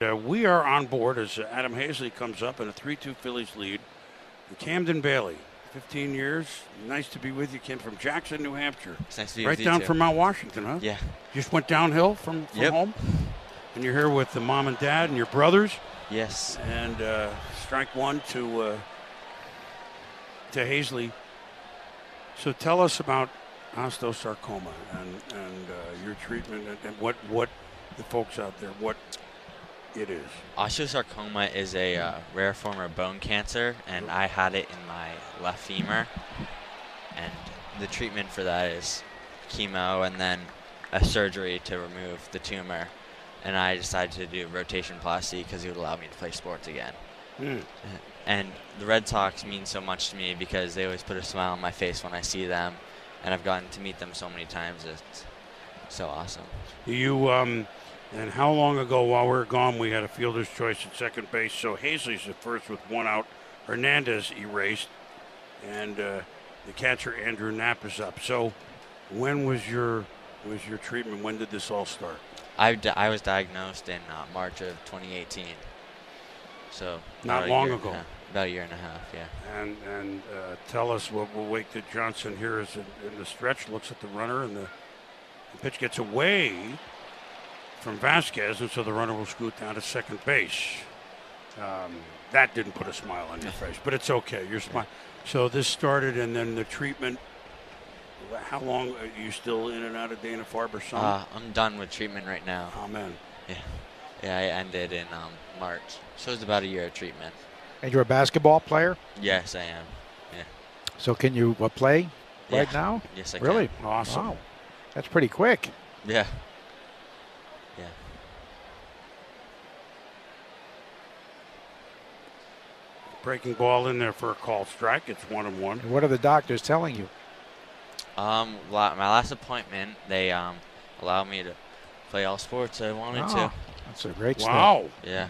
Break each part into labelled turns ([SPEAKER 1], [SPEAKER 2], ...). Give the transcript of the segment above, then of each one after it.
[SPEAKER 1] Uh, we are on board as Adam Hazley comes up in a 3 2 Phillies lead. And Camden Bailey, 15 years. Nice to be with you, Kim, from Jackson, New Hampshire.
[SPEAKER 2] It's nice to be
[SPEAKER 1] right
[SPEAKER 2] with you
[SPEAKER 1] down
[SPEAKER 2] too.
[SPEAKER 1] from Mount Washington, huh?
[SPEAKER 2] Yeah.
[SPEAKER 1] Just went downhill from, from
[SPEAKER 2] Yep.
[SPEAKER 1] home. And you're here with the mom and dad and your brothers.
[SPEAKER 2] Yes.
[SPEAKER 1] And uh, strike one to uh, to Hazley. So tell us about osteosarcoma and and uh, your treatment and, and what what the folks out there what it is.
[SPEAKER 2] Osteosarcoma is a uh, rare form of bone cancer, and I had it in my left femur. And the treatment for that is chemo and then a surgery to remove the tumor. And I decided to do rotation plasty because it would allow me to play sports again.
[SPEAKER 1] Hmm.
[SPEAKER 2] And the Red Sox mean so much to me because they always put a smile on my face when I see them, and I've gotten to meet them so many times. It's so awesome.
[SPEAKER 1] You um, and how long ago while we were gone we had a fielder's choice at second base. So Hazley's the first with one out. Hernandez erased, and uh, the catcher Andrew Knapp is up. So when was your was your treatment? When did this all start?
[SPEAKER 2] I, di- I was diagnosed in uh, March of 2018. So
[SPEAKER 1] Not
[SPEAKER 2] about a
[SPEAKER 1] long
[SPEAKER 2] year and
[SPEAKER 1] ago.
[SPEAKER 2] a half- about a year and a half, yeah.
[SPEAKER 1] And and uh, tell us what we'll wait that Johnson here is in, in the stretch. Looks at the runner and the, the pitch gets away from Vasquez, and so the runner will scoot down to second base. Um, that didn't put a smile on your face, but it's okay. You're smiling. So this started, and then the treatment. How long are you still in and out of Dana Farber? Some
[SPEAKER 2] Uh, I'm done with treatment right now.
[SPEAKER 1] amen.
[SPEAKER 2] Yeah, yeah. I ended in um, March, so it's about a year of treatment.
[SPEAKER 3] And you're a basketball player,
[SPEAKER 2] Yes, I am.
[SPEAKER 3] so can you uh, play
[SPEAKER 2] Yeah.
[SPEAKER 3] right now?
[SPEAKER 2] Yes, I can.
[SPEAKER 3] Really?
[SPEAKER 1] Awesome.
[SPEAKER 3] Wow. That's pretty quick.
[SPEAKER 2] Yeah.
[SPEAKER 1] Breaking ball in there for a called strike. It's one and one.
[SPEAKER 3] And what are the doctors telling you?
[SPEAKER 2] Um, la- my last appointment, they um allowed me to play all sports I wanted
[SPEAKER 3] Oh, that's a great step.
[SPEAKER 1] Wow.
[SPEAKER 2] to. Yeah.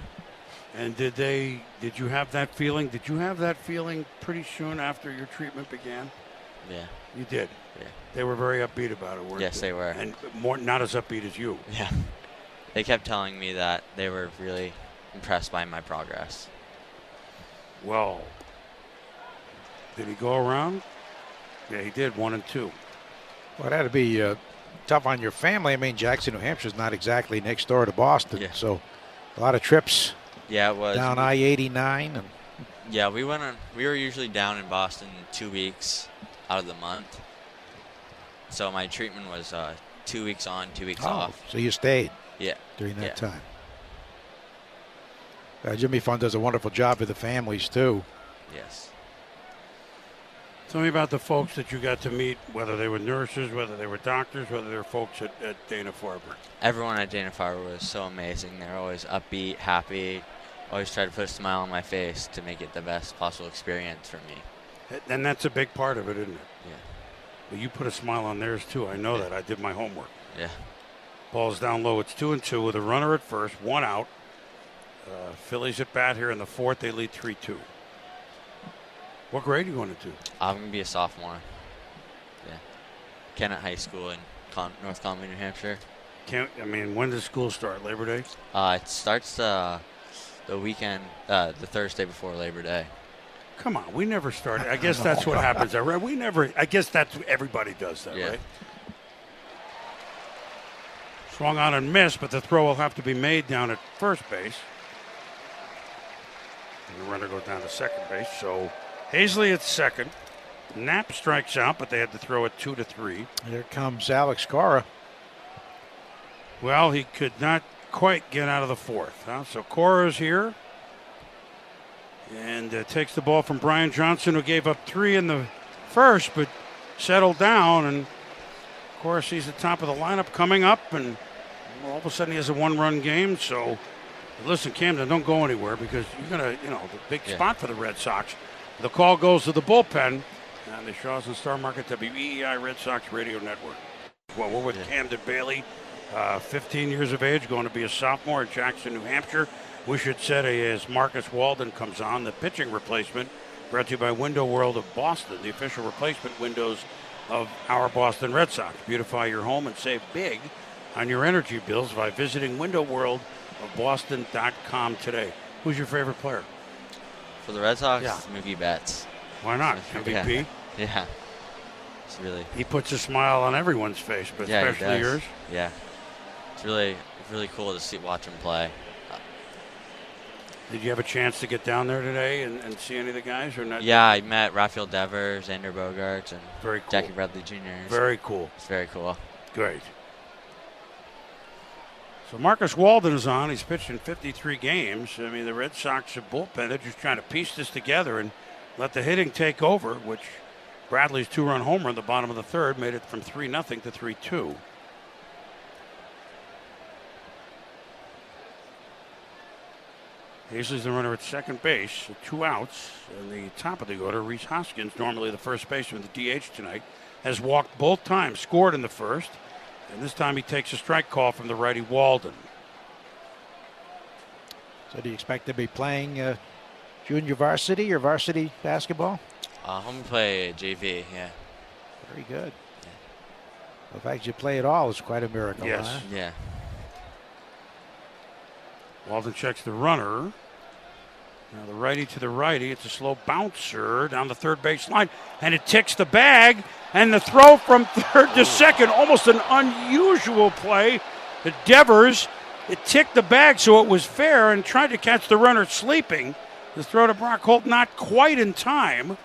[SPEAKER 1] And did they? Did you have that feeling? Did you have that feeling pretty soon after your treatment began?
[SPEAKER 2] Yeah.
[SPEAKER 1] You did.
[SPEAKER 2] Yeah.
[SPEAKER 1] They were very upbeat about it. Weren't
[SPEAKER 2] Yes, they were.
[SPEAKER 1] And more, not as upbeat as you.
[SPEAKER 2] Yeah. They kept telling me that they were really impressed by my progress.
[SPEAKER 1] Well, did he go around? Yeah, he did. One and two.
[SPEAKER 3] Well, that'd be uh, tough on your family. I mean, Jackson, New Hampshire's not exactly next door to Boston,
[SPEAKER 2] Yeah.
[SPEAKER 3] so a lot of trips
[SPEAKER 2] Yeah, it was.
[SPEAKER 3] down I-89 and
[SPEAKER 2] yeah, we went on. We were usually down in Boston two weeks out of the month. So my treatment was uh, two weeks on, two weeks
[SPEAKER 1] Oh.
[SPEAKER 2] off.
[SPEAKER 3] oh, So you stayed
[SPEAKER 2] Yeah.
[SPEAKER 3] during that
[SPEAKER 2] Yeah.
[SPEAKER 3] time. Uh, Jimmy Fund does a wonderful job with the families too.
[SPEAKER 2] Yes.
[SPEAKER 1] Tell me about the folks that you got to meet, whether they were nurses, whether they were doctors, whether they were folks at, at Dana Farber.
[SPEAKER 2] Everyone at Dana Farber was so amazing. They're always upbeat, happy. Always try to put a smile on my face to make it the best possible experience for me.
[SPEAKER 1] And that's a big part of it, isn't it?
[SPEAKER 2] Yeah.
[SPEAKER 1] But you put a smile on theirs too. I know that. I did my homework.
[SPEAKER 2] Yeah.
[SPEAKER 1] Ball's down low. It's two and two with a runner at first, one out. Uh, Phillies at bat here in the fourth. They lead three two. What grade are you going to do?
[SPEAKER 2] I'm gonna be a sophomore. Yeah. Kennett High School in Con- North Conway, New Hampshire.
[SPEAKER 1] Can't I mean when does school start? Labor Day.
[SPEAKER 2] Uh, it starts uh, the weekend, uh, the Thursday before Labor Day.
[SPEAKER 1] Come on, we never start. I guess that's what happens. I read we never. I guess that's everybody does that,
[SPEAKER 2] Yeah.
[SPEAKER 1] right? Swung on and missed, but the throw will have to be made down at first base. And the runner goes down to second base. So Hazley at second. Knapp strikes out, but they had to throw it two to three.
[SPEAKER 3] Here comes Alex Cora.
[SPEAKER 1] Well, he could not quite get out of the fourth. Huh? So Cora's here and uh, takes the ball from Brian Johnson, who gave up three in the first, but settled down. And Cora sees the top of the lineup coming up, and all of a sudden he has a one-run game. So listen, Camden, don't go anywhere because you're gonna, you know, the big
[SPEAKER 2] Yeah.
[SPEAKER 1] spot for the Red Sox. The call goes to the bullpen. And the Shaw's and Star Market WEEI Red Sox Radio Network. Well, we're with Camden Bailey, uh, 15 years of age, going to be a sophomore at Jackson, New Hampshire. We should set a, as Marcus Walden comes on, the pitching replacement brought to you by Window World of Boston, the official replacement windows of our Boston Red Sox. Beautify your home and save big on your energy bills by visiting Window World of Boston.com today. Who's your favorite player?
[SPEAKER 2] For the Red Sox,
[SPEAKER 1] Yeah.
[SPEAKER 2] it's Mookie Betts.
[SPEAKER 1] Why not?
[SPEAKER 2] Yeah.
[SPEAKER 1] MVP.
[SPEAKER 2] Yeah. It's really.
[SPEAKER 1] He puts a smile on everyone's face, but
[SPEAKER 2] yeah, he
[SPEAKER 1] especially
[SPEAKER 2] does.
[SPEAKER 1] yours.
[SPEAKER 2] Yeah. It's really, really cool to see, watch him play.
[SPEAKER 1] Did you have a chance to get down there today and, and see any of the guys or not?
[SPEAKER 2] Yeah, I met Rafael Devers, Xander Bogarts, and
[SPEAKER 1] Very cool.
[SPEAKER 2] Jackie Bradley Jr. It's-
[SPEAKER 1] Very cool.
[SPEAKER 2] It's very cool.
[SPEAKER 1] Great. So Marcus Walden is on. He's pitched in 53 games. I mean, the Red Sox have bullpen. They're just trying to piece this together and let the hitting take over, which Bradley's two-run homer in the bottom of the third made it from 3 nothing to 3-2. Hazley's the runner at second base, two outs, and the top of the order. Reese Hoskins, normally the first baseman, the DH tonight, has walked both times, scored in the first, and this time he takes a strike call from the righty Walden.
[SPEAKER 3] So do you expect to be playing uh, junior varsity or varsity basketball?
[SPEAKER 2] Uh, home play JV, yeah.
[SPEAKER 3] Very good. The fact you play at all is quite a miracle.
[SPEAKER 1] Yes.
[SPEAKER 3] huh?
[SPEAKER 2] Yeah.
[SPEAKER 1] Walden checks the runner. Now the righty to the righty. It's a slow bouncer down the third base line, and it ticks the bag. And the throw from third to second, almost an unusual play. The Devers, it ticked the bag, so it was fair, and tried to catch the runner sleeping. The throw to Brock Holt, not quite in time.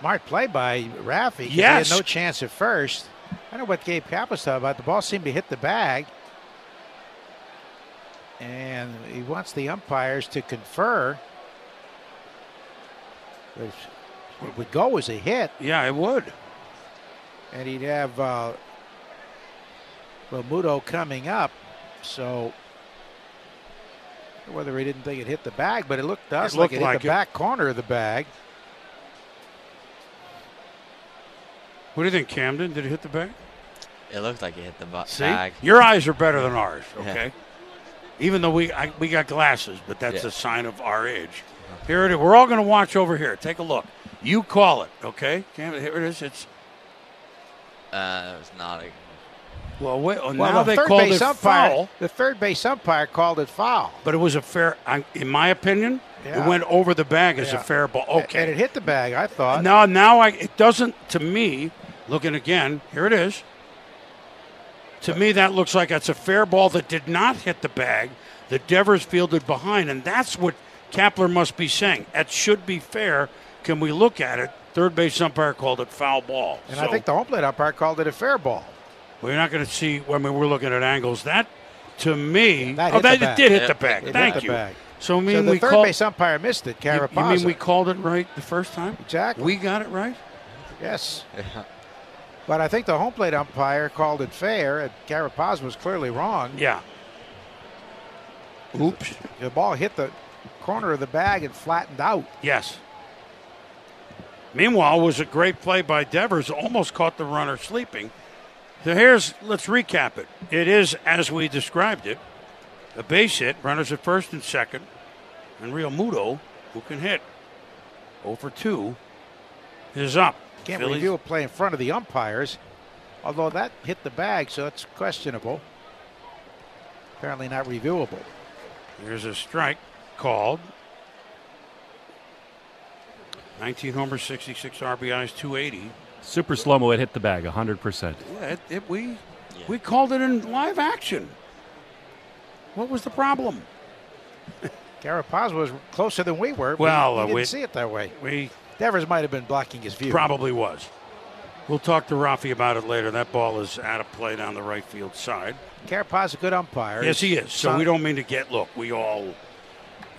[SPEAKER 3] Smart play by Raffy. 'cause
[SPEAKER 1] Yes.
[SPEAKER 3] He had no chance at first. I don't know what Gabe Kappas thought about. The ball seemed to hit the bag. And he wants the umpires to confer. Which it would go as a hit,
[SPEAKER 1] Yeah, it would.
[SPEAKER 3] and he'd have uh, Romuto coming up. So whether he didn't think it hit the bag, but it looked to us
[SPEAKER 1] It
[SPEAKER 3] like
[SPEAKER 1] looked
[SPEAKER 3] it hit
[SPEAKER 1] like
[SPEAKER 3] the
[SPEAKER 1] it.
[SPEAKER 3] back corner of the bag.
[SPEAKER 1] What do you think, Camden? Did it hit the bag?
[SPEAKER 2] It looked like it hit the bu-
[SPEAKER 1] See,
[SPEAKER 2] bag.
[SPEAKER 1] your eyes are better than ours.
[SPEAKER 2] Yeah.
[SPEAKER 1] Okay, even though we I, we got glasses, but that's
[SPEAKER 2] Yeah.
[SPEAKER 1] a sign of our age. Here it is. We're all going to watch over here. Take a look. You call it, okay? Cam, here it is. It's
[SPEAKER 2] Uh, it was not a.
[SPEAKER 1] well, wait, oh,
[SPEAKER 3] Well,
[SPEAKER 1] now
[SPEAKER 3] the
[SPEAKER 1] they
[SPEAKER 3] third
[SPEAKER 1] called
[SPEAKER 3] base
[SPEAKER 1] it
[SPEAKER 3] umpire,
[SPEAKER 1] foul,
[SPEAKER 3] the third base umpire called it foul,
[SPEAKER 1] but it was a fair. I, in my opinion,
[SPEAKER 3] Yeah.
[SPEAKER 1] it went over the bag as
[SPEAKER 3] Yeah.
[SPEAKER 1] a fair ball.
[SPEAKER 3] and it
[SPEAKER 1] Okay.
[SPEAKER 3] hit the bag. I thought.
[SPEAKER 1] Now, now I it doesn't to me. Looking again, here it is. To me, that looks like that's a fair ball that did not hit the bag. The Devers fielded behind, and that's what Kapler must be saying. That should be fair. Can we look at it? Third base umpire called it foul ball.
[SPEAKER 3] and I
[SPEAKER 1] So-
[SPEAKER 3] think the home plate umpire called it a fair ball.
[SPEAKER 1] We're not going to see. I mean, we're looking at angles. That, to me,
[SPEAKER 3] That
[SPEAKER 1] oh,
[SPEAKER 3] hit the
[SPEAKER 1] that
[SPEAKER 3] bag.
[SPEAKER 1] it did hit
[SPEAKER 2] Yeah,
[SPEAKER 1] the bag.
[SPEAKER 3] it
[SPEAKER 1] Thank
[SPEAKER 3] hit the
[SPEAKER 1] you.
[SPEAKER 3] bag.
[SPEAKER 1] So, I mean,
[SPEAKER 3] so the
[SPEAKER 1] we
[SPEAKER 3] third
[SPEAKER 1] called.
[SPEAKER 3] base umpire missed it.
[SPEAKER 1] you-
[SPEAKER 3] Carapaz.
[SPEAKER 1] you mean we called it right the first time?
[SPEAKER 3] exactly?
[SPEAKER 1] We got it right.
[SPEAKER 3] yes. But I think the home plate umpire called it fair, and Carapaz was clearly wrong.
[SPEAKER 1] Yeah. Oops.
[SPEAKER 3] The ball hit the corner of the bag and flattened out.
[SPEAKER 1] Yes. Meanwhile, it was a great play by Devers, almost caught the runner sleeping. So here's, let's recap it. It is as we described it a base hit, runners at first and second, and Real Muto, who can hit 0 for 2, is up.
[SPEAKER 3] Can't
[SPEAKER 1] Phillies-
[SPEAKER 3] review a play in front of the umpires, although that hit the bag, so it's questionable. Apparently not reviewable.
[SPEAKER 1] Here's a strike called. 19 homers, 66 RBIs, 280.
[SPEAKER 4] Super slow mo, it hit the bag 100%.
[SPEAKER 1] Yeah, it, it, we
[SPEAKER 2] Yeah.
[SPEAKER 1] we called it in live action. What was the problem?
[SPEAKER 3] Carapaz was closer than we were. but
[SPEAKER 1] Well,
[SPEAKER 3] he
[SPEAKER 1] uh,
[SPEAKER 3] didn't
[SPEAKER 1] we-
[SPEAKER 3] see it that way.
[SPEAKER 1] We
[SPEAKER 3] Devers might have been blocking his view.
[SPEAKER 1] probably was. We'll talk to Rafi about it later. That ball is out of play down the right field side.
[SPEAKER 3] Carapaz a good umpire.
[SPEAKER 1] Yes, he is. So we don't mean to get look. We all.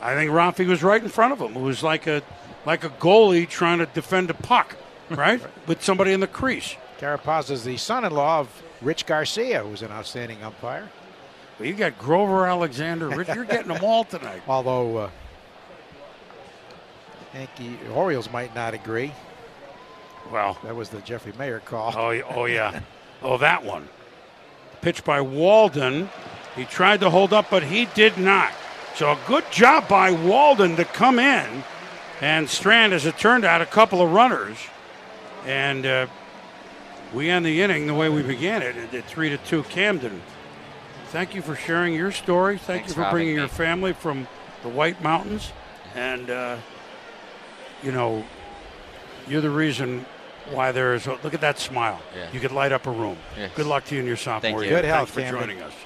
[SPEAKER 1] I think Rafi was right in front of him. It was like a like a goalie trying to defend a puck, right? With somebody in the crease.
[SPEAKER 3] Carapaz is the son-in-law of Rich Garcia, who's an outstanding umpire.
[SPEAKER 1] Well, you got Grover Alexander. Rich, you're getting them all tonight.
[SPEAKER 3] Although uh, I think the Orioles might not agree.
[SPEAKER 1] Well,
[SPEAKER 3] That was the Jeffrey Mayer call.
[SPEAKER 1] Oh, y- oh yeah. Oh, that one. Pitch by Walden. He tried to hold up, but he did not. So a good job by Walden to come in and strand, as it turned out, a couple of runners. And uh, we end the inning the way we began it at- at three to two. Camden Thank you for sharing your story. Thank
[SPEAKER 2] Thanks
[SPEAKER 1] you
[SPEAKER 2] for
[SPEAKER 1] for
[SPEAKER 2] having
[SPEAKER 1] bringing
[SPEAKER 2] me.
[SPEAKER 1] your family from the White Mountains. And, uh, you know, you're the reason why there is. Look at that smile.
[SPEAKER 2] Yeah.
[SPEAKER 1] You could light up a room.
[SPEAKER 2] Yes.
[SPEAKER 1] Good luck to you in your sophomore
[SPEAKER 2] you.
[SPEAKER 1] year.
[SPEAKER 3] Good health,
[SPEAKER 1] Thanks for
[SPEAKER 3] Camden.
[SPEAKER 1] joining us.